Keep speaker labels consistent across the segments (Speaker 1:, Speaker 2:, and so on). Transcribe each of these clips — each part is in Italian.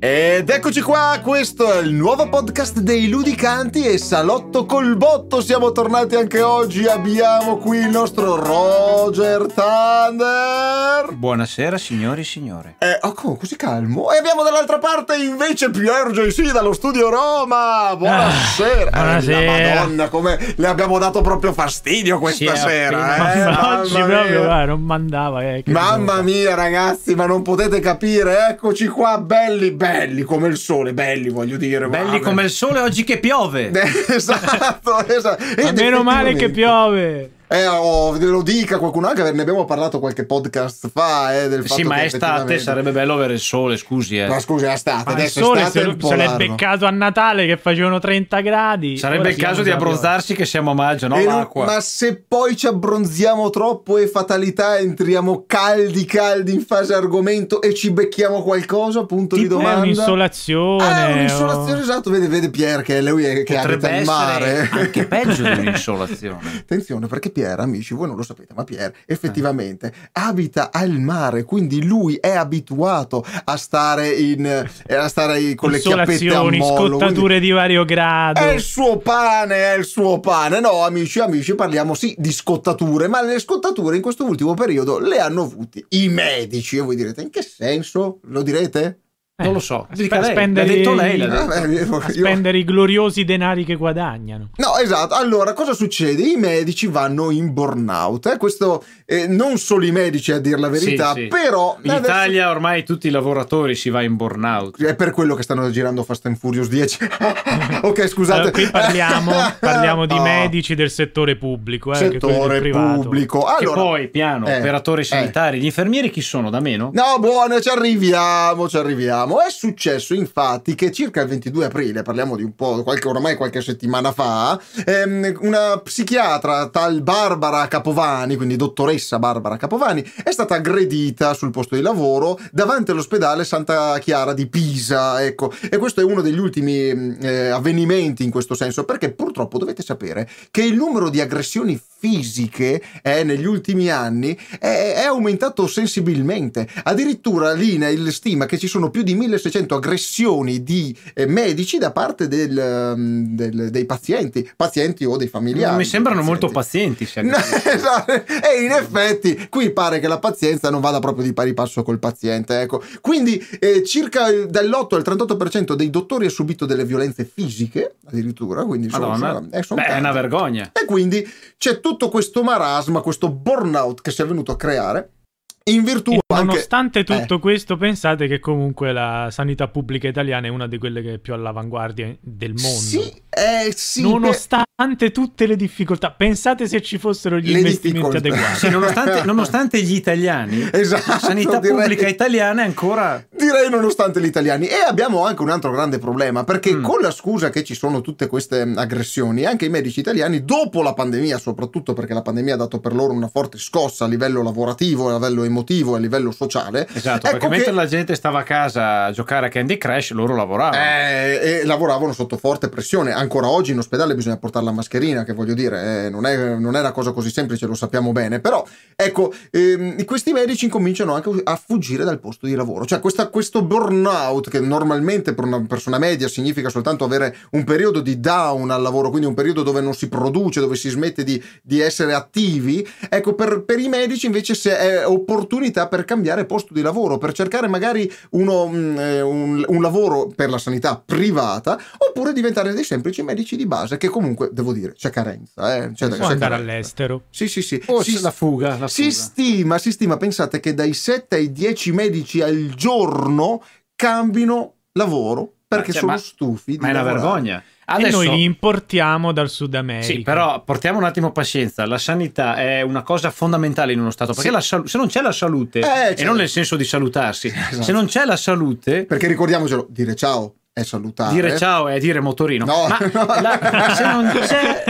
Speaker 1: Ed eccoci qua, questo è il nuovo podcast dei Ludicanti e Salotto col Botto. Siamo tornati anche oggi. Abbiamo qui il nostro Roger Thunder.
Speaker 2: Buonasera signori e signore.
Speaker 1: Eh, oh, come, così calmo. E abbiamo dall'altra parte invece Pier JC dallo studio Roma. Buonasera.
Speaker 3: Ah, buonasera.
Speaker 1: Eh, la Madonna, come le abbiamo dato proprio fastidio questa
Speaker 2: Sì,
Speaker 1: sera.
Speaker 2: appena-
Speaker 1: eh,
Speaker 3: Ma
Speaker 1: mamma
Speaker 3: oggi
Speaker 1: mia.
Speaker 3: proprio guarda, non mandava. eh, che
Speaker 1: Mamma
Speaker 3: roba.
Speaker 1: mia ragazzi, ma non potete capire, eccoci qua, belli, belli come il sole, belli voglio dire.
Speaker 2: Belli
Speaker 1: guarda.
Speaker 2: come il sole oggi che piove.
Speaker 1: esatto, esatto.
Speaker 3: Ma
Speaker 1: Ed
Speaker 3: meno male che
Speaker 1: effettivamente-
Speaker 3: piove.
Speaker 1: Eh, oh, lo dica qualcuno, anche ne abbiamo parlato qualche podcast fa. Eh, del fatto
Speaker 2: sì, ma
Speaker 1: che
Speaker 2: è estate,
Speaker 1: effettivamente-
Speaker 2: sarebbe bello avere il sole, scusi. eh.
Speaker 1: Ma scusi, è estate,
Speaker 3: Ma il
Speaker 1: adesso è
Speaker 3: sole
Speaker 1: estate
Speaker 3: se,
Speaker 1: e il
Speaker 3: lo- se l'è
Speaker 1: polarno.
Speaker 3: beccato a Natale che facevano 30 gradi.
Speaker 2: Sarebbe
Speaker 3: Ora
Speaker 2: il caso
Speaker 3: siamo
Speaker 2: di
Speaker 3: già a
Speaker 2: abbronzarsi che siamo a maggio, no?
Speaker 1: E non-
Speaker 2: L'acqua.
Speaker 1: ma se poi ci abbronziamo troppo e fatalità entriamo caldi caldi in fase argomento e ci becchiamo qualcosa, punto di
Speaker 3: piove. Tipo, è
Speaker 1: domanda.
Speaker 3: Eh, un'insolazione.
Speaker 1: Ah, un'insolazione, esatto, vede, vede Pier che è lui è- che abita
Speaker 2: Potrebbe
Speaker 1: in
Speaker 2: essere
Speaker 1: mare.
Speaker 2: anche peggio di un'insolazione.
Speaker 1: Attenzione perché Pier, amici, voi non lo sapete, ma Pier effettivamente abita al mare, quindi lui è abituato a stare, in, eh, a stare con le chiappette a
Speaker 3: Insolazioni,
Speaker 1: mollo. quindi Eh,
Speaker 3: scottature di vario grado.
Speaker 1: È il suo pane, è il suo pane. No, amici, amici, parliamo sì di scottature, ma le scottature in questo ultimo periodo le hanno avute i medici. E voi direte, in che senso? Lo direte?
Speaker 3: Eh,
Speaker 2: Non lo so.
Speaker 3: a
Speaker 2: Dica
Speaker 3: spe-
Speaker 2: lei,
Speaker 3: spendere
Speaker 2: l'ha detto
Speaker 3: i-
Speaker 2: lei, l'ha detto.
Speaker 1: Ah, beh, io-
Speaker 3: A spendere i gloriosi denari che guadagnano.
Speaker 1: No, esatto. Allora, cosa succede? I medici vanno in burnout. eh. Questo eh, non solo i medici, a dir la verità,
Speaker 2: Sì, sì.
Speaker 1: però
Speaker 2: In
Speaker 1: adesso-
Speaker 2: Italia ormai tutti i lavoratori si va in burnout.
Speaker 1: È per quello che stanno girando Fast and Furious 10. ok, scusate.
Speaker 3: Allora, qui parliamo, parliamo di
Speaker 1: No.
Speaker 3: medici del settore pubblico. Eh, che quello del
Speaker 1: Settore
Speaker 3: privato.
Speaker 1: pubblico. Allora,
Speaker 2: che poi, piano,
Speaker 1: eh,
Speaker 2: operatori
Speaker 1: eh.
Speaker 2: sanitari, gli infermieri chi sono? Da meno?
Speaker 1: No, buono, ci arriviamo, ci arriviamo. È successo infatti che circa il 22 aprile, parliamo di un po', qualche, ormai qualche settimana fa, ehm, una psichiatra tal Barbara Capovani, quindi dottoressa Barbara Capovani, è stata aggredita sul posto di lavoro davanti all'ospedale Santa Chiara di Pisa, ecco. E questo è uno degli ultimi mh, eh, avvenimenti in questo senso, perché purtroppo dovete sapere che il numero di aggressioni fisiche eh, negli ultimi anni è, è aumentato sensibilmente. Addirittura l'INAIL stima che ci sono più di 1600 aggressioni di eh, medici da parte del, ehm, del- dei pazienti, pazienti o dei familiari.
Speaker 2: Mi sembrano
Speaker 1: dei
Speaker 2: molto
Speaker 1: pazienti.
Speaker 2: pazienti. se
Speaker 1: No,
Speaker 2: aggiungo.
Speaker 1: esatto. E in effetti qui pare che la pazienza non vada proprio di pari passo col paziente. Ecco. Quindi eh, circa il- dall'8 al 38% dei dottori ha subito delle violenze fisiche, addirittura. Quindi sono-
Speaker 2: Madonna.
Speaker 1: sono- eh, sono
Speaker 2: Beh, è una
Speaker 1: tanti.
Speaker 2: vergogna.
Speaker 1: E quindi c'è tutto questo marasma, questo burnout che si è venuto a creare. In virtù
Speaker 3: E
Speaker 1: anche. eh.
Speaker 3: nonostante tutto questo, pensate che comunque la sanità pubblica italiana è una di quelle che è più all'avanguardia del mondo.
Speaker 1: Sì, eh, sì,
Speaker 3: nonostante tutte le difficoltà, pensate se ci fossero gli
Speaker 1: Le
Speaker 3: investimenti
Speaker 1: difficoltà.
Speaker 3: adeguati.
Speaker 2: Sì, nonostante, nonostante gli italiani,
Speaker 1: per- Esatto,
Speaker 2: la sanità
Speaker 1: direi-
Speaker 2: pubblica italiana è ancora...
Speaker 1: Direi nonostante gli italiani. E abbiamo anche un altro grande problema, perché
Speaker 2: Mm.
Speaker 1: con la scusa che ci sono tutte queste mh, aggressioni, anche i medici italiani, dopo la pandemia, soprattutto perché la pandemia ha dato per loro una forte scossa a livello lavorativo, a livello emotivo e a livello sociale.
Speaker 2: Esatto,
Speaker 1: Ecco
Speaker 2: perché mentre
Speaker 1: che-
Speaker 2: la gente stava a casa a giocare a Candy Crush, loro lavoravano.
Speaker 1: eh, e lavoravano sotto forte pressione. Ancora oggi in ospedale bisogna portare la mascherina, che voglio dire, eh, non, è, non è una cosa così semplice, lo sappiamo bene. Però, ecco, ehm, questi medici incominciano anche a fuggire dal posto di lavoro. Cioè, questa- questo burnout, che normalmente per una persona media significa soltanto avere un periodo di down al lavoro, quindi un periodo dove non si produce, dove si smette di, di essere attivi, ecco, per, per i medici invece se è opportunità per cambiare posto di lavoro, per cercare magari uno, mh, eh, un, un lavoro per la sanità privata oppure diventare dei semplici medici di base che comunque devo dire c'è carenza eh. C'è- c'è
Speaker 3: Può andare
Speaker 1: carenza.
Speaker 3: all'estero.
Speaker 1: sì sì sì
Speaker 2: O
Speaker 1: si,
Speaker 2: Oh, la fuga, la
Speaker 1: si
Speaker 2: fuga.
Speaker 1: stima si stima pensate che dai 7 ai 10 medici al giorno cambino lavoro perché
Speaker 2: cioè,
Speaker 1: sono
Speaker 2: ma-
Speaker 1: stufi di
Speaker 2: Ma è una
Speaker 1: lavorare.
Speaker 2: vergogna.
Speaker 3: E
Speaker 2: Adesso,
Speaker 3: noi li importiamo dal Sud America.
Speaker 2: sì, però portiamo un attimo pazienza. La sanità è una cosa fondamentale in uno Stato, perché
Speaker 1: Sì.
Speaker 2: la salu- se non c'è la salute,
Speaker 1: Eh,
Speaker 2: e
Speaker 1: certo.
Speaker 2: non nel senso di salutarsi,
Speaker 1: Esatto.
Speaker 2: se non c'è la salute,
Speaker 1: perché ricordiamocelo dire ciao è salutare
Speaker 2: dire ciao è dire motorino.
Speaker 1: No,
Speaker 2: Ma
Speaker 1: no.
Speaker 2: la- se non c'è...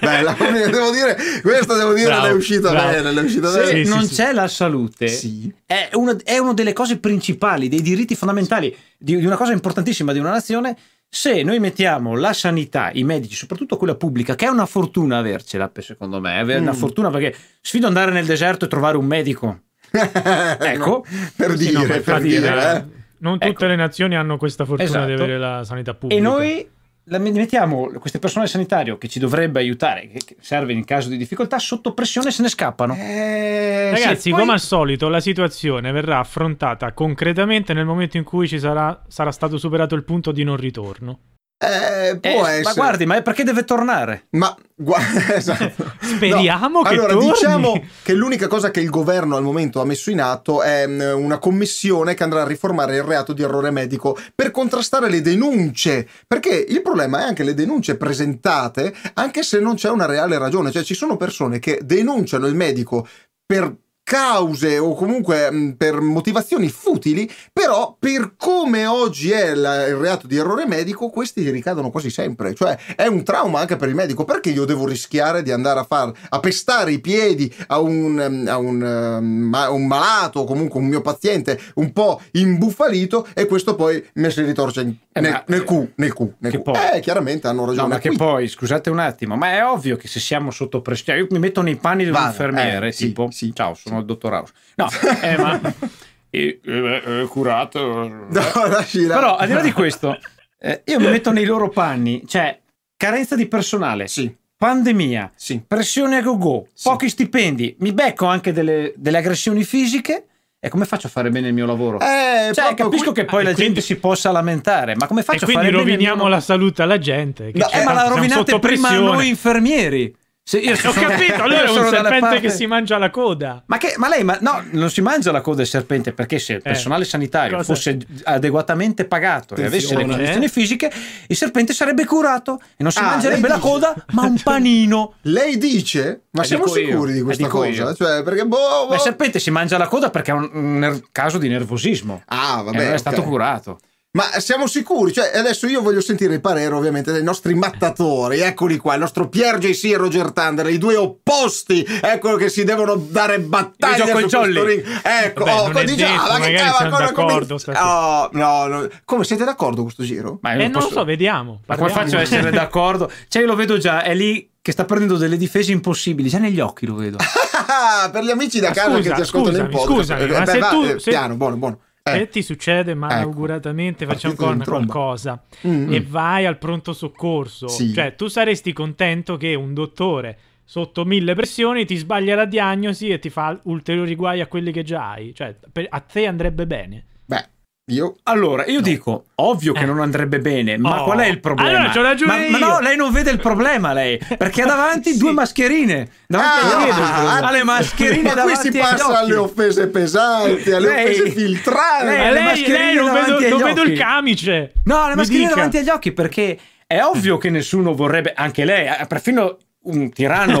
Speaker 1: Bella, devo dire, questa devo dire
Speaker 3: Bravo,
Speaker 1: l'è uscita
Speaker 3: bravo.
Speaker 1: bene, l'è uscita
Speaker 2: Se
Speaker 1: bene.
Speaker 3: Sì, sì,
Speaker 2: non
Speaker 3: sì.
Speaker 2: c'è la salute,
Speaker 1: Sì.
Speaker 2: è una, è una delle cose principali, dei diritti fondamentali, di, di una cosa importantissima di una nazione. Se noi mettiamo la sanità, i medici, soprattutto quella pubblica, che è una fortuna avercela, per- secondo me, è una
Speaker 1: Mm.
Speaker 2: fortuna perché sfido ad andare nel deserto e trovare un medico. Ecco.
Speaker 1: per
Speaker 3: Sì, no,
Speaker 1: dire,
Speaker 3: ma
Speaker 1: per
Speaker 3: infatti,
Speaker 1: dire,
Speaker 3: eh,
Speaker 1: eh.
Speaker 3: Non tutte
Speaker 2: Ecco.
Speaker 3: le nazioni hanno questa fortuna di
Speaker 2: Esatto.
Speaker 3: avere la sanità pubblica.
Speaker 2: E noi la mettiamo questo personale sanitario che ci dovrebbe aiutare, che che serve in caso di difficoltà, sotto pressione se ne scappano.
Speaker 1: Eh,
Speaker 3: Ragazzi,
Speaker 1: sì, poi-
Speaker 3: come al solito, la situazione verrà affrontata concretamente nel momento in cui ci sarà, sarà stato superato il punto di non ritorno.
Speaker 1: eh,
Speaker 2: Eh,
Speaker 1: può essere.
Speaker 2: ma guardi, ma è perché deve tornare?
Speaker 1: Ma gua- esatto.
Speaker 3: Speriamo che
Speaker 1: allora,
Speaker 3: torni.
Speaker 1: diciamo che l'unica cosa che il governo al momento ha messo in atto è mh, una commissione che andrà a riformare il reato di errore medico per contrastare le denunce. Perché il problema è anche le denunce presentate, anche se non c'è una reale ragione. Cioè, ci sono persone che denunciano il medico per cause o comunque mh, per motivazioni futili, però per come oggi è la- il reato di errore medico, questi ricadono quasi sempre, cioè è un trauma anche per il medico, perché io devo rischiare di andare a far a pestare i piedi a un, ehm, a un, ehm, ma- un malato, o comunque un mio paziente un po' imbufalito e questo poi me si ritorce in-
Speaker 2: Eh,
Speaker 1: nel,
Speaker 2: ma-
Speaker 1: nel cu, nel cu, nel
Speaker 2: che
Speaker 1: cu.
Speaker 2: poi-
Speaker 1: Eh, chiaramente hanno ragione.
Speaker 2: No, ma che
Speaker 1: qui.
Speaker 2: poi, scusate un attimo, ma è ovvio che se siamo sotto pressione, io mi metto nei panni di un
Speaker 1: Vado,
Speaker 2: infermiere,
Speaker 1: eh, sì,
Speaker 2: tipo,
Speaker 1: sì.
Speaker 2: ciao, sono il dottor House. No, eh, ma... eh, eh, eh, curato...
Speaker 1: No, lascila.
Speaker 2: Però, al di là di questo, eh, io mi metto nei loro panni, cioè, carenza di personale,
Speaker 1: Sì,
Speaker 2: pandemia,
Speaker 1: sì.
Speaker 2: pressione a go-go,
Speaker 1: Sì.
Speaker 2: pochi stipendi, mi becco anche delle, delle aggressioni fisiche e come faccio a fare bene il mio lavoro?
Speaker 1: Eh,
Speaker 2: cioè,
Speaker 1: proprio
Speaker 2: capisco
Speaker 1: qui-
Speaker 2: che poi
Speaker 3: e
Speaker 2: la
Speaker 3: quindi-
Speaker 2: gente si possa lamentare, ma come faccio
Speaker 3: E
Speaker 2: a fare
Speaker 3: quindi
Speaker 2: bene il mio
Speaker 3: roviniamo
Speaker 2: lavoro?
Speaker 3: la salute alla gente. Che
Speaker 1: No,
Speaker 3: c'è,
Speaker 1: eh,
Speaker 2: Eh, ma la
Speaker 3: tanto siamo
Speaker 2: rovinate
Speaker 3: sotto
Speaker 2: prima
Speaker 3: pressione. Eh,
Speaker 2: noi infermieri. Se io
Speaker 3: Ho
Speaker 2: sono-
Speaker 3: capito, lui
Speaker 2: io
Speaker 3: è un
Speaker 2: sono dalla
Speaker 3: serpente
Speaker 2: parte-
Speaker 3: che si mangia la coda.
Speaker 2: Ma, che- ma lei, ma, no, non si mangia la coda del serpente perché se il personale sanitario
Speaker 3: Eh, cosa-
Speaker 2: fosse adeguatamente pagato e avesse le
Speaker 3: Attenzione,
Speaker 2: condizioni
Speaker 3: eh.
Speaker 2: fisiche, il serpente sarebbe curato e non si
Speaker 1: Ah,
Speaker 2: mangerebbe
Speaker 1: lei
Speaker 2: la
Speaker 1: dice-
Speaker 2: coda, ma un panino.
Speaker 1: Lei dice, ma
Speaker 2: Eh,
Speaker 1: siamo
Speaker 2: dico io.
Speaker 1: sicuri di
Speaker 2: Eh,
Speaker 1: questa
Speaker 2: dico
Speaker 1: cosa?
Speaker 2: io.
Speaker 1: Cioè, perché boh,
Speaker 2: Ma
Speaker 1: boh.
Speaker 2: il serpente si mangia la coda perché è un, un ner- caso di nervosismo.
Speaker 1: Ah,
Speaker 3: Eh,
Speaker 1: vabbè.
Speaker 2: e non è
Speaker 1: ok.
Speaker 2: stato curato.
Speaker 1: Ma siamo sicuri? Cioè, adesso io voglio sentire il parere ovviamente dei nostri mattatori, eccoli qua, il nostro Pier JC e Roger Thunder, i due opposti, eccolo che si devono dare battaglia
Speaker 2: Io gioco
Speaker 1: su
Speaker 2: il jolly.
Speaker 1: questo ring. Ecco,
Speaker 3: Vabbè,
Speaker 1: oh,
Speaker 3: non è
Speaker 1: dice, ah,
Speaker 3: detto,
Speaker 1: ma che
Speaker 3: magari
Speaker 1: cavolo,
Speaker 3: siamo
Speaker 1: ancora
Speaker 3: d'accordo
Speaker 1: cominci-
Speaker 3: stasera.
Speaker 1: Oh, no, no. Come siete d'accordo con questo giro?
Speaker 2: Ma io
Speaker 3: E Eh, non
Speaker 2: Eh, posso-
Speaker 3: lo so, vediamo.
Speaker 2: Ma come
Speaker 3: parliamo.
Speaker 2: faccio a essere d'accordo? Cioè, io lo vedo già, è lì che sta prendendo delle difese impossibili, già negli occhi lo vedo.
Speaker 1: Ah, per gli amici da
Speaker 3: Ma
Speaker 1: casa
Speaker 3: scusa,
Speaker 1: che ti ascoltano in
Speaker 3: scusami,
Speaker 1: podcast.
Speaker 3: scusami, ma se
Speaker 1: va,
Speaker 3: tu-
Speaker 1: eh,
Speaker 3: se-
Speaker 1: piano, buono, buono. Eh,
Speaker 3: Se ti succede malauguratamente,
Speaker 1: Ecco.
Speaker 3: facciamo
Speaker 1: Partito in
Speaker 3: con
Speaker 1: tromba.
Speaker 3: qualcosa
Speaker 2: Mm-hmm.
Speaker 1: mm,
Speaker 3: e
Speaker 1: mm.
Speaker 3: vai al pronto soccorso,
Speaker 1: Sì.
Speaker 3: cioè tu saresti contento che un dottore sotto mille pressioni ti sbaglia la diagnosi e ti fa ulteriori guai a quelli che già hai, cioè per- a te andrebbe bene.
Speaker 1: Beh, io
Speaker 2: Allora, io dico, ovvio che
Speaker 3: Eh.
Speaker 2: non andrebbe bene, ma
Speaker 3: Oh.
Speaker 2: qual è il problema?
Speaker 3: Allora, c'ho ragione
Speaker 2: ma, ma no,
Speaker 3: io.
Speaker 2: lei non vede il problema, lei, perché ha davanti
Speaker 3: Sì.
Speaker 2: due mascherine.
Speaker 1: Ah,
Speaker 2: Davanti agli occhi.
Speaker 1: ah,
Speaker 2: ha le mascherine
Speaker 1: Ma qui
Speaker 2: davanti
Speaker 1: si
Speaker 2: agli
Speaker 1: passa
Speaker 2: occhi.
Speaker 1: alle offese pesanti, alle offese filtrate.
Speaker 2: lei,
Speaker 3: Ma
Speaker 2: ha le
Speaker 3: lei,
Speaker 2: mascherine
Speaker 3: lei non,
Speaker 2: davanti
Speaker 3: vedo,
Speaker 2: agli
Speaker 3: non vedo
Speaker 2: occhi.
Speaker 3: il camice.
Speaker 2: No, le
Speaker 3: Mi
Speaker 2: mascherine
Speaker 3: dica. Eh.
Speaker 2: davanti agli occhi perché è ovvio che nessuno vorrebbe, anche lei, eh, perfino un tiranno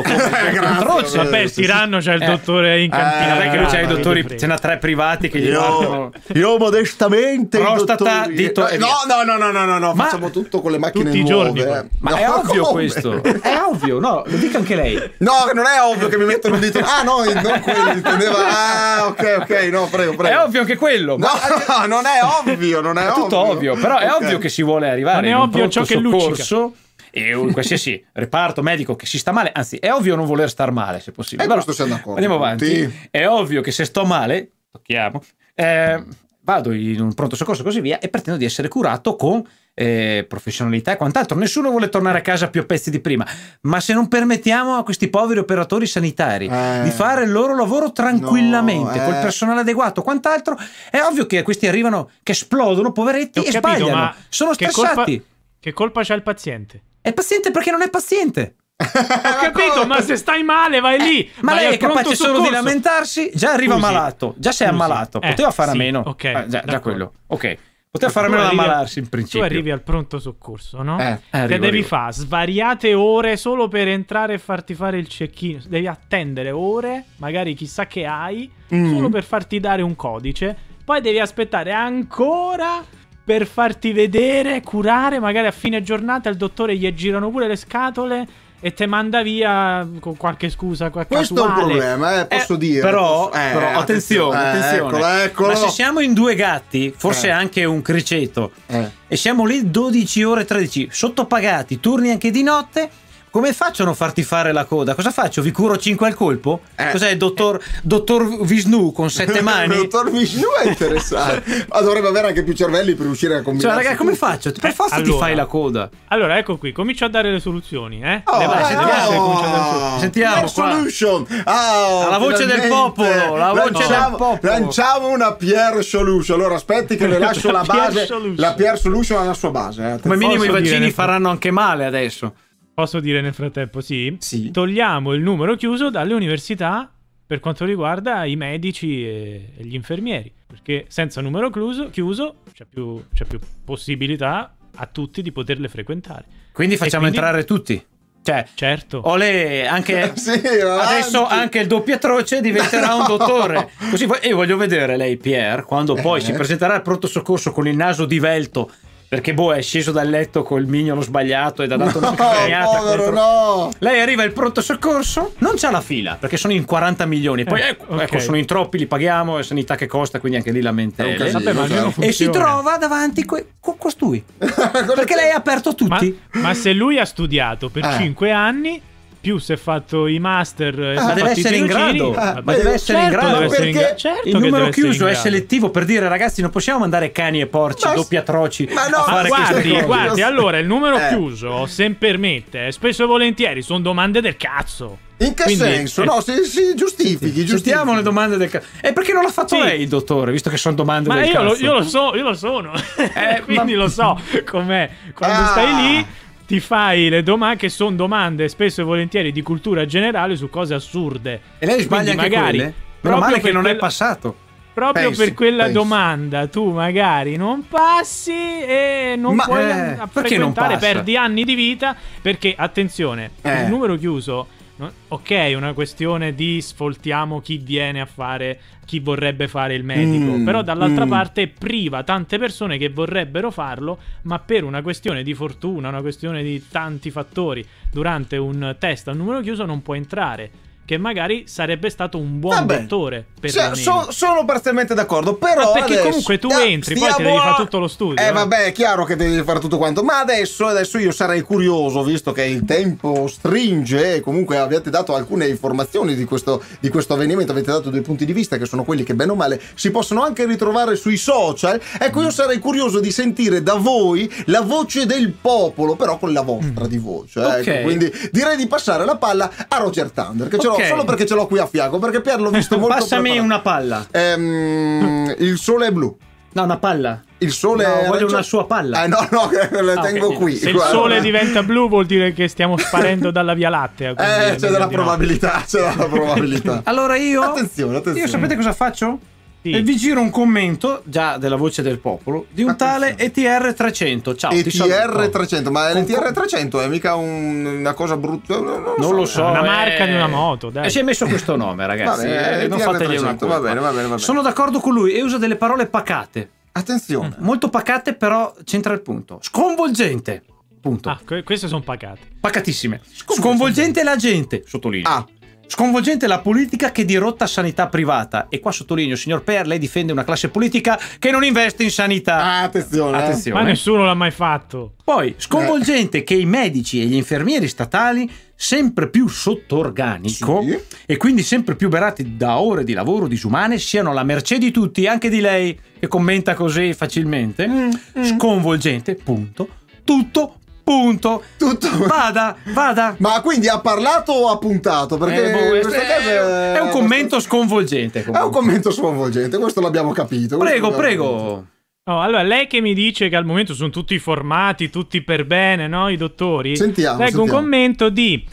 Speaker 2: come
Speaker 1: Eh, grazie,
Speaker 2: Trozzi.
Speaker 1: vabbè,
Speaker 3: Vabbè, il tiranno c'è il
Speaker 2: Eh.
Speaker 3: dottore in
Speaker 1: Eh,
Speaker 3: cantina.
Speaker 2: Vabbè che lui c'ha i
Speaker 3: Ah,
Speaker 2: dottori,
Speaker 3: vedo
Speaker 2: ce n'ha tre privati che gli guardano.
Speaker 1: Io, io modestamente i
Speaker 2: Prostata,
Speaker 1: dottori-
Speaker 2: dito e
Speaker 1: Eh, no, no, no, no, no, no, no,
Speaker 2: Ma-
Speaker 1: facciamo tutto con le macchine
Speaker 3: Tutti i giorni,
Speaker 1: nuove. eh.
Speaker 2: Ma
Speaker 1: No,
Speaker 2: è ovvio
Speaker 1: come?
Speaker 2: questo, è ovvio, no, lo dica anche lei.
Speaker 1: No, che non è ovvio che mi mettono un dito. Ah, no, non quello intendeva. Ah, ok, ok, no, prego, prego.
Speaker 2: È ovvio anche quello.
Speaker 1: No, no, non è ovvio, non è,
Speaker 2: è tutto ovvio, però è
Speaker 1: Ok.
Speaker 2: ovvio che si vuole arrivare
Speaker 3: Non è
Speaker 2: in un
Speaker 3: ovvio
Speaker 2: pronto
Speaker 3: ciò che
Speaker 2: soccorso e un qualsiasi reparto medico che si sta male, anzi è ovvio non voler star male se possibile.
Speaker 1: E
Speaker 2: Però
Speaker 1: Eh, questo siamo d'accordo.
Speaker 2: Andiamo avanti.
Speaker 1: Sì.
Speaker 2: È ovvio che se sto male, tocchiamo, eh, vado in un pronto soccorso e così via e pretendo di essere curato con eh, professionalità e quant'altro. Nessuno vuole tornare a casa più a pezzi di prima, ma se non permettiamo a questi poveri operatori sanitari
Speaker 1: Eh.
Speaker 2: di fare il loro lavoro tranquillamente,
Speaker 1: No, eh.
Speaker 2: col personale adeguato, quant'altro, è ovvio che questi arrivano, che esplodono, poveretti,
Speaker 3: Ho
Speaker 2: e
Speaker 3: capito,
Speaker 2: sbagliano.
Speaker 3: ma
Speaker 2: Sono
Speaker 3: che
Speaker 2: stressati.
Speaker 3: colpa- Che colpa c'ha il paziente?
Speaker 2: È paziente perché non è paziente.
Speaker 1: Eh,
Speaker 2: Eh,
Speaker 3: Ho capito, ma se stai male vai lì.
Speaker 2: Ma
Speaker 3: vai
Speaker 2: lei
Speaker 3: al
Speaker 2: è capace
Speaker 3: pronto
Speaker 2: solo di
Speaker 3: soccorso.
Speaker 2: lamentarsi, già arriva
Speaker 3: Scusi.
Speaker 2: malato, già sei
Speaker 3: Scusi.
Speaker 2: ammalato,
Speaker 3: Eh,
Speaker 2: poteva fare a
Speaker 3: sì,
Speaker 2: meno.
Speaker 3: ok,
Speaker 2: Ah, già, già
Speaker 3: d'accordo.
Speaker 2: quello. Ok. Poteva fare a
Speaker 3: Tu
Speaker 2: meno di
Speaker 3: arrivi al-
Speaker 2: ammalarsi in principio.
Speaker 3: Tu arrivi al pronto soccorso, no?
Speaker 1: Eh,
Speaker 2: Eh, arrivo,
Speaker 3: Te devi
Speaker 2: arrivo.
Speaker 3: fare svariate ore solo per entrare e farti fare il check-in. Devi attendere ore, magari chissà che hai,
Speaker 1: Mm.
Speaker 3: solo per farti dare un codice. Poi devi aspettare ancora per farti vedere, curare. Magari a fine giornata il dottore gli girano pure le scatole e te manda via con qualche scusa. Qualche
Speaker 1: Questo è un
Speaker 3: casuale.
Speaker 1: problema, eh,
Speaker 2: Eh,
Speaker 1: posso dire.
Speaker 2: Però,
Speaker 1: Eh,
Speaker 2: però, attenzione,
Speaker 1: eh,
Speaker 2: attenzione.
Speaker 1: Eccolo, eccolo.
Speaker 2: Ma se siamo in due gatti, forse
Speaker 1: Eh.
Speaker 2: anche un criceto,
Speaker 1: Eh.
Speaker 2: e siamo lì 12 ore 13, sottopagati, turni anche di notte. come faccio a non farti fare la coda? Cosa faccio? Vi curo 5 al colpo?
Speaker 1: Eh.
Speaker 2: Cos'è, dottor, dottor Vishnu con sette mani? Ah,
Speaker 1: Il dottor Vishnu è interessante. Ma dovrebbe avere anche più cervelli per riuscire a combinare.
Speaker 2: Cioè, raga, come faccio? Per
Speaker 3: Eh,
Speaker 2: forza ti
Speaker 3: allora.
Speaker 2: fai la coda.
Speaker 3: Allora, ecco qui, comincio a dare le soluzioni, eh?
Speaker 1: Oh,
Speaker 2: vai,
Speaker 3: Le varie,
Speaker 2: sentiamo.
Speaker 3: adesso comincio a dare le soluzioni.
Speaker 2: Sentiamo
Speaker 1: Next
Speaker 2: qua.
Speaker 1: Solution. Ah,
Speaker 2: Alla voce del
Speaker 1: finalmente.
Speaker 2: popolo, la voce del
Speaker 1: lanciamo,
Speaker 2: popolo.
Speaker 1: Lanciamo una Pierre Solution. Allora aspetti che le lascio la
Speaker 3: La Pierre
Speaker 1: base.
Speaker 3: Solution.
Speaker 1: la Pierre Solution ha la sua base. eh, attenzione.
Speaker 2: Come minimo i
Speaker 3: Posso dire,
Speaker 2: vaccini
Speaker 3: nel-
Speaker 2: faranno anche male adesso.
Speaker 3: Posso dire nel frattempo, sì?
Speaker 2: Sì.
Speaker 3: Togliamo il numero chiuso dalle università per quanto riguarda i medici e, e gli infermieri, perché senza numero chiuso, chiuso c'è, più, c'è più possibilità a tutti di poterle frequentare.
Speaker 2: Quindi facciamo
Speaker 3: quindi?
Speaker 2: entrare tutti. Cioè,
Speaker 3: Certo.
Speaker 2: Ole, anche
Speaker 1: Sì,
Speaker 2: adesso
Speaker 1: avanti.
Speaker 2: anche il doppiatroce diventerà un
Speaker 1: No.
Speaker 2: dottore. Così poi- e voglio vedere lei, Pierre, quando poi
Speaker 1: Eh.
Speaker 2: si presenterà al pronto soccorso con il naso divelto. Perché boh, è sceso dal letto col mignolo sbagliato ed ha dato una
Speaker 1: No,
Speaker 2: scagnata
Speaker 1: povero,
Speaker 2: contro-
Speaker 1: no.
Speaker 2: Lei arriva al pronto soccorso, non c'ha la fila perché sono in 40 milioni. Poi
Speaker 3: Eh,
Speaker 2: ecco,
Speaker 3: ok.
Speaker 2: ecco, sono in troppi, li paghiamo, è sanità che costa, quindi anche lì
Speaker 1: È un
Speaker 2: lamentele.
Speaker 1: casino.
Speaker 3: Vabbè, ma almeno
Speaker 1: sì.
Speaker 2: E si
Speaker 3: funziona.
Speaker 2: trova davanti que- co- costui. perché lei ha aperto
Speaker 3: Ma,
Speaker 2: tutti.
Speaker 3: ma se lui ha studiato per
Speaker 1: Eh.
Speaker 3: 5 anni, più se è fatto i master, eh, si è
Speaker 2: Ma
Speaker 3: fatto
Speaker 2: Ah, deve
Speaker 3: i
Speaker 2: essere in
Speaker 3: tirocini,
Speaker 2: grado.
Speaker 1: Ah,
Speaker 2: Ma
Speaker 3: vabbè,
Speaker 2: deve essere in
Speaker 3: certo
Speaker 2: grado.
Speaker 3: deve essere in
Speaker 1: Perché
Speaker 3: gra- certo
Speaker 2: il
Speaker 3: che
Speaker 2: numero
Speaker 3: deve essere in
Speaker 2: chiuso è
Speaker 3: grado.
Speaker 2: selettivo per dire ragazzi non possiamo mandare cani e porci
Speaker 1: Ma-
Speaker 2: doppi atroci
Speaker 1: ma no,
Speaker 2: a
Speaker 1: ma
Speaker 2: fare queste
Speaker 3: Ah, Guardi,
Speaker 2: cose.
Speaker 3: guardi, allora il numero
Speaker 1: Eh.
Speaker 3: chiuso, se mi permette, eh, spesso e volentieri sono domande del cazzo.
Speaker 1: In che
Speaker 3: Quindi-
Speaker 2: eh,
Speaker 3: eh,
Speaker 1: senso? No, si, si giustifichi,
Speaker 2: Sentiamo
Speaker 1: giustifichi.
Speaker 2: le domande del cazzo. E perché non l'ha fatto
Speaker 3: Sì.
Speaker 2: lei il dottore, visto che sono domande
Speaker 3: Ma
Speaker 2: del
Speaker 3: io lo,
Speaker 2: cazzo?
Speaker 3: io lo so, io lo sono.
Speaker 2: Eh,
Speaker 3: Quindi
Speaker 2: ma-
Speaker 3: lo so com'è. Quando
Speaker 1: Ah.
Speaker 3: stai lì ti fai le domande che sono domande spesso e volentieri di cultura generale su cose assurde.
Speaker 2: E lei sbaglia
Speaker 3: Quindi
Speaker 2: anche
Speaker 3: magari,
Speaker 2: quelle? Meno
Speaker 3: proprio
Speaker 2: male che
Speaker 3: per
Speaker 2: non è
Speaker 3: quella-
Speaker 2: passato.
Speaker 3: Proprio
Speaker 1: Pensi,
Speaker 3: per quella
Speaker 1: pensi.
Speaker 3: domanda tu magari non passi e non
Speaker 1: Ma,
Speaker 3: puoi
Speaker 2: eh,
Speaker 3: an- a
Speaker 2: perché non
Speaker 3: frequentare,
Speaker 2: passa?
Speaker 3: perdi anni di vita perché attenzione,
Speaker 1: Eh.
Speaker 3: il numero chiuso no- Ok, è una questione di sfoltiamo chi viene a fare, chi vorrebbe fare il medico,
Speaker 1: Mm,
Speaker 3: però dall'altra
Speaker 1: mm.
Speaker 3: parte priva tante persone che vorrebbero farlo, ma per una questione di fortuna, una questione di tanti fattori, durante un test a numero chiuso non può entrare, che magari sarebbe stato un buon
Speaker 1: Vabbè.
Speaker 3: dottore per
Speaker 1: Cioè, so- sono parzialmente d'accordo, però.
Speaker 3: Ma perché
Speaker 1: adesso-
Speaker 3: comunque tu
Speaker 1: Stia-
Speaker 3: entri, poi
Speaker 1: stiamo
Speaker 3: te devi
Speaker 1: a-
Speaker 3: fare tutto lo studio,
Speaker 1: Eh,
Speaker 3: eh.
Speaker 1: vabbè, è chiaro che devi fare tutto quanto. Ma adesso, adesso io sarei curioso, visto che il tempo stringe e comunque abbiate dato alcune informazioni di questo, di questo avvenimento, avete dato dei punti di vista che sono quelli che, bene o male, si possono anche ritrovare sui social. Ecco, io sarei curioso di sentire da voi la voce del popolo, però con la vostra
Speaker 3: Mm.
Speaker 1: di voce. ecco.
Speaker 2: Ok.
Speaker 1: quindi direi di passare la palla a Roger Thunder, che ce l'ho
Speaker 2: Ok.
Speaker 1: solo perché ce l'ho qui a fianco, perché Pier l'ho visto molto
Speaker 2: Passami
Speaker 1: preparato.
Speaker 2: una palla.
Speaker 1: Ehm, il sole è blu.
Speaker 2: No, una palla.
Speaker 1: Il sole
Speaker 2: No,
Speaker 1: è
Speaker 2: voglio
Speaker 1: arancione.
Speaker 2: una sua palla.
Speaker 1: Eh, no, no, la
Speaker 2: Ah,
Speaker 1: tengo
Speaker 2: ok.
Speaker 1: qui.
Speaker 3: Se il
Speaker 1: guarda.
Speaker 3: sole diventa blu vuol dire che stiamo sparendo dalla Via Lattea. quindi è
Speaker 1: Eh, c'è
Speaker 3: meglio
Speaker 1: della
Speaker 3: di no.
Speaker 1: probabilità, c'è della probabilità.
Speaker 2: Allora io.
Speaker 1: Attenzione, attenzione.
Speaker 2: Io sapete cosa faccio?
Speaker 3: Sì.
Speaker 2: E vi giro un commento, già della voce del popolo, di un tale ETR300. Ciao, ti saluto.
Speaker 1: ETR 300, ma
Speaker 2: Con-
Speaker 1: l'ETR 300 è mica un- una cosa brutta? Non lo
Speaker 2: Non lo so.
Speaker 3: Una
Speaker 2: eh.
Speaker 3: marca di una moto, dai.
Speaker 2: E si è messo questo nome, ragazzi.
Speaker 1: Vabbè,
Speaker 2: eh, non
Speaker 1: ETR300,
Speaker 2: fategli una colpa.
Speaker 1: va bene, va bene, va bene.
Speaker 2: Sono d'accordo con lui e usa delle parole pacate.
Speaker 1: Attenzione.
Speaker 2: Molto pacate, però c'entra il punto. Sconvolgente. Punto.
Speaker 3: Ah, que- queste sono pacate.
Speaker 2: Pacatissime.
Speaker 1: Sconvolgente.
Speaker 2: Sconvolgente la gente. Sottolineo.
Speaker 1: Ah,
Speaker 2: Sconvolgente la politica che dirotta sanità privata. E qua sottolineo, signor Per, lei difende una classe politica che non investe in sanità.
Speaker 1: ah, attenzione. eh.
Speaker 2: Attenzione.
Speaker 3: Ma nessuno l'ha mai fatto.
Speaker 2: Poi, sconvolgente che i medici e gli infermieri statali, sempre più sotto organico
Speaker 1: Sì.
Speaker 2: e quindi sempre più berati da ore di lavoro disumane, siano alla mercé di tutti, anche di lei che commenta così facilmente. mm. Sconvolgente, punto. Tutto, punto.
Speaker 1: Tutto.
Speaker 2: Vada, vada.
Speaker 1: Ma quindi ha parlato o ha puntato? Perché
Speaker 2: Eh, boh,
Speaker 1: in
Speaker 2: questo
Speaker 1: questo
Speaker 2: è,
Speaker 1: caso è...
Speaker 2: è un commento sconvolgente.
Speaker 1: È un
Speaker 2: comunque.
Speaker 1: commento sconvolgente, questo l'abbiamo capito.
Speaker 2: Prego,
Speaker 1: Questo l'abbiamo capito.
Speaker 2: prego.
Speaker 3: Oh, allora, lei che mi dice che al momento sono tutti formati, tutti per bene, no? I dottori.
Speaker 1: Sentiamo,
Speaker 3: Leggo un
Speaker 1: sentiamo.
Speaker 3: commento di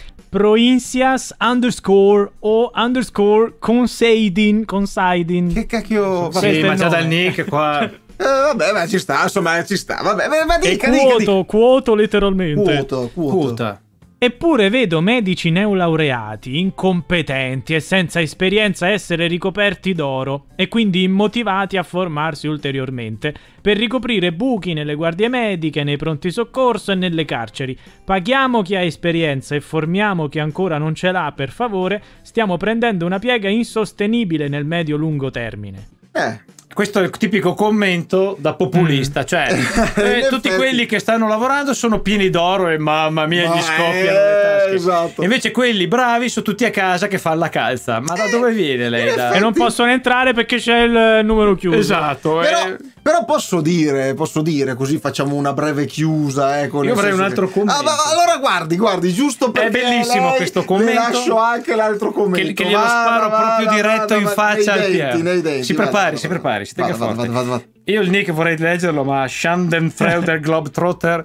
Speaker 3: Proinsias underscore o underscore Consaidin. Consaidin.
Speaker 1: Che cacchio...
Speaker 3: Sì,
Speaker 1: vabbè.
Speaker 2: Sì,
Speaker 3: questo è
Speaker 2: ma
Speaker 3: il
Speaker 2: già
Speaker 3: nome.
Speaker 2: dal nick qua.
Speaker 1: Eh, vabbè, ma ci sta, insomma, ci sta. Vabbè, ma- ma
Speaker 3: E
Speaker 1: dica, dica, dica.
Speaker 3: quoto, quoto letteralmente.
Speaker 1: Quoto, quoto.
Speaker 2: Puta.
Speaker 3: Eppure vedo medici neolaureati, incompetenti e senza esperienza essere ricoperti d'oro e quindi immotivati a formarsi ulteriormente per ricoprire buchi nelle guardie mediche, nei pronti soccorso e nelle carceri. Paghiamo chi ha esperienza e formiamo chi ancora non ce l'ha, per favore, stiamo prendendo una piega insostenibile nel medio-lungo termine.
Speaker 1: Eh,
Speaker 2: Questo è il tipico commento da populista, cioè eh,
Speaker 1: In
Speaker 2: tutti
Speaker 1: effetti.
Speaker 2: quelli che stanno lavorando sono pieni d'oro e mamma mia
Speaker 1: Ma
Speaker 2: gli scoppiano
Speaker 1: eh,
Speaker 2: le pazzesche.
Speaker 1: esatto.
Speaker 2: Invece quelli bravi sono tutti a casa che fanno la calza. Ma da
Speaker 1: Eh,
Speaker 2: dove viene lei?
Speaker 1: in
Speaker 2: da-
Speaker 1: effetti-
Speaker 3: E non possono entrare perché c'è il numero chiuso.
Speaker 2: Esatto.
Speaker 1: Però,
Speaker 2: eh.
Speaker 1: però posso dire, posso dire, così facciamo una breve chiusa. eh, con
Speaker 2: Io
Speaker 1: nel
Speaker 2: avrei
Speaker 1: senso
Speaker 2: un altro
Speaker 1: che-
Speaker 2: commento.
Speaker 1: Ah, ma allora guardi, guardi, giusto perché
Speaker 2: bellissimo
Speaker 1: lei-
Speaker 2: questo
Speaker 1: le
Speaker 2: commento.
Speaker 1: lascio anche l'altro commento.
Speaker 2: Che, che glielo
Speaker 1: Vada,
Speaker 2: sparo
Speaker 1: vada,
Speaker 2: proprio
Speaker 1: vada,
Speaker 2: diretto
Speaker 1: vada,
Speaker 2: in faccia
Speaker 1: nei
Speaker 2: al
Speaker 1: denti,
Speaker 2: Piero.
Speaker 1: nei denti,
Speaker 2: si
Speaker 1: vada,
Speaker 2: prepari,
Speaker 1: vada,
Speaker 2: si prepari, si
Speaker 1: vada,
Speaker 2: tenga
Speaker 1: vada,
Speaker 2: forte.
Speaker 1: vada, vada,
Speaker 2: Io il nick vorrei leggerlo, ma Shandenfreuder Globetrotter.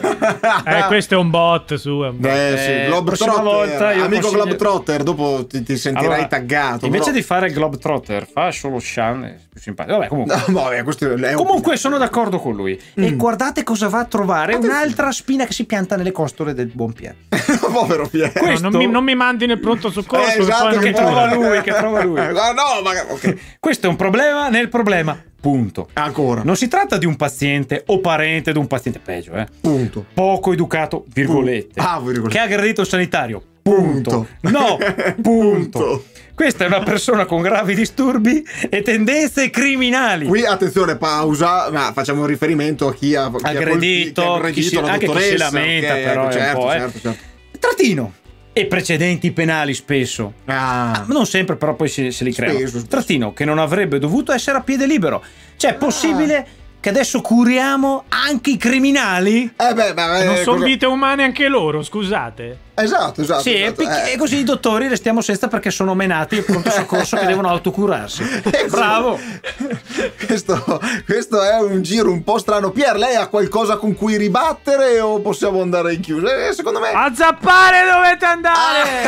Speaker 1: vada.
Speaker 3: Eh, questo è un bot su. è un bot.
Speaker 1: Beh,
Speaker 2: Eh,
Speaker 1: sì,
Speaker 2: prossima volta
Speaker 1: Globetrotter,
Speaker 2: io
Speaker 1: amico
Speaker 2: consiglio-
Speaker 1: Globetrotter, dopo ti, ti sentirai
Speaker 2: Allora,
Speaker 1: taggato.
Speaker 2: Invece
Speaker 1: però-
Speaker 2: di fare Globetrotter, fa solo Shan, è più simpatico. Vabbè, comunque.
Speaker 1: No, vabbè, questo è
Speaker 2: Comunque sono d'accordo con lui. E
Speaker 1: Mm.
Speaker 2: guardate cosa va a trovare:
Speaker 1: Attenzione.
Speaker 2: un'altra spina che si pianta nelle costole del buon Pier.
Speaker 1: povero Piero.
Speaker 3: No,
Speaker 2: questo-
Speaker 3: non, mi, non mi mandi nel pronto soccorso.
Speaker 1: Eh, esatto,
Speaker 3: che poi
Speaker 2: che
Speaker 3: non
Speaker 2: trova
Speaker 3: cura.
Speaker 2: lui, che trova lui.
Speaker 1: no, no, ma ok.
Speaker 2: Questo è un problema nel problema. Punto.
Speaker 1: Ancora.
Speaker 2: Non si tratta di un paziente o parente di un paziente, peggio, eh.
Speaker 1: Punto.
Speaker 2: Poco educato, virgolette.
Speaker 1: Ah, virgolette.
Speaker 2: Che ha aggredito il sanitario.
Speaker 1: Punto.
Speaker 2: Punto. No, punto.
Speaker 1: Punto.
Speaker 2: Questa è una persona con gravi disturbi e tendenze criminali.
Speaker 1: Qui attenzione, pausa, ma facciamo riferimento a chi ha chi ha colpi-
Speaker 2: aggredito,
Speaker 1: chi ha
Speaker 2: chi si-
Speaker 1: aggredito la
Speaker 2: anche chi si
Speaker 1: dottoressa,
Speaker 2: lamenta,
Speaker 1: ok,
Speaker 2: però è un
Speaker 1: certo,
Speaker 2: po', eh.
Speaker 1: certo, certo.
Speaker 2: Trattino. E precedenti penali spesso.
Speaker 1: Ah,
Speaker 2: Non sempre, però poi se, se li
Speaker 1: Spesso,
Speaker 2: creano.
Speaker 1: spesso. Ah.
Speaker 2: Trattino che non avrebbe dovuto essere a piede libero. Cioè, è possibile che adesso curiamo anche i criminali?
Speaker 1: eh beh, ma eh,
Speaker 3: Non sono
Speaker 1: cosa-
Speaker 3: vite umane anche loro, scusate.
Speaker 1: Esatto, esatto.
Speaker 2: sì, e
Speaker 1: esatto,
Speaker 2: pic-
Speaker 1: eh.
Speaker 2: e così i dottori restiamo senza perché sono menati e pronto soccorso che devono autocurarsi.
Speaker 1: Eh, sì.
Speaker 2: Bravo!
Speaker 1: Questo, questo è un giro un po' strano. Pier, lei ha qualcosa con cui ribattere o possiamo andare in chiusa? Eh, secondo me
Speaker 3: A zappare dovete andare!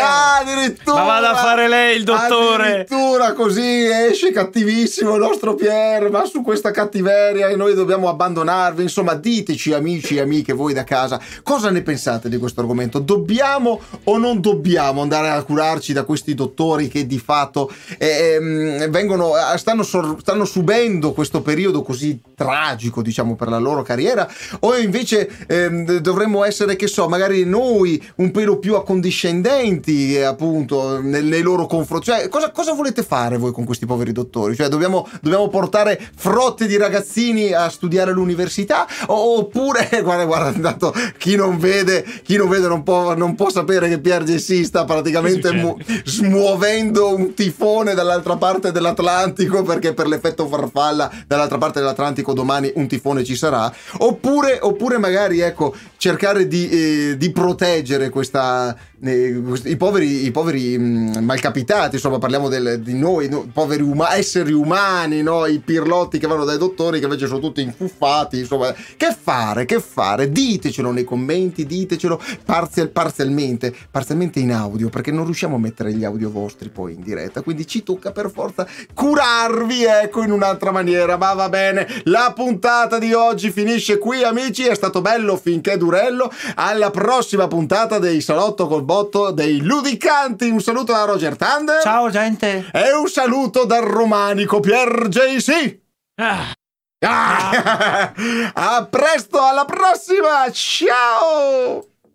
Speaker 1: Ah, addirittura!
Speaker 2: Ma vada a fare lei il dottore!
Speaker 1: Addirittura così esce cattivissimo il nostro Pier, ma su questa cattiveria e noi dobbiamo abbandonarvi. Insomma, diteci amici e amiche voi da casa, cosa ne pensate di questo argomento? Dobbiamo o non dobbiamo andare a curarci da questi dottori che di fatto eh, ehm, vengono, eh, stanno, sor- stanno subendo questo periodo così tragico, diciamo, per la loro carriera? O invece ehm, dovremmo essere, che so, magari noi un pelo più accondiscendenti, eh, appunto, nel- nei loro confronti? Cioè, cosa, cosa volete fare voi con questi poveri dottori? Cioè, dobbiamo, dobbiamo portare frotte di ragazzini a studiare all'università? O- oppure, guarda, guarda, intanto chi non vede, chi non, vede non, può, non può sapere che PRGC sta praticamente
Speaker 3: Che succede?
Speaker 1: mu- smuovendo un tifone dall'altra parte dell'Atlantico perché per l'effetto farfalla dall'altra parte dell'Atlantico domani un tifone ci sarà oppure, oppure magari ecco cercare di, eh, di proteggere questa, eh, quest- i poveri, i poveri mh, malcapitati insomma parliamo del- di noi no? poveri uma- esseri umani no? i pirlotti che vanno dai dottori che invece sono tutti infuffati insomma che fare che fare ditecelo nei commenti ditecelo parzial- parzialmente, parzialmente in audio, perché non riusciamo a mettere gli audio vostri poi in diretta, quindi ci tocca per forza curarvi, ecco, in un'altra maniera, ma va bene, la puntata di oggi finisce qui, amici, è stato bello finché durello, alla prossima puntata dei Salotto col Botto dei Ludicanti, un saluto da Roger Thunder
Speaker 2: Ciao gente!
Speaker 1: e un saluto dal romanico Pier JC!
Speaker 3: Ah.
Speaker 1: Ah! a presto, alla prossima, ciao!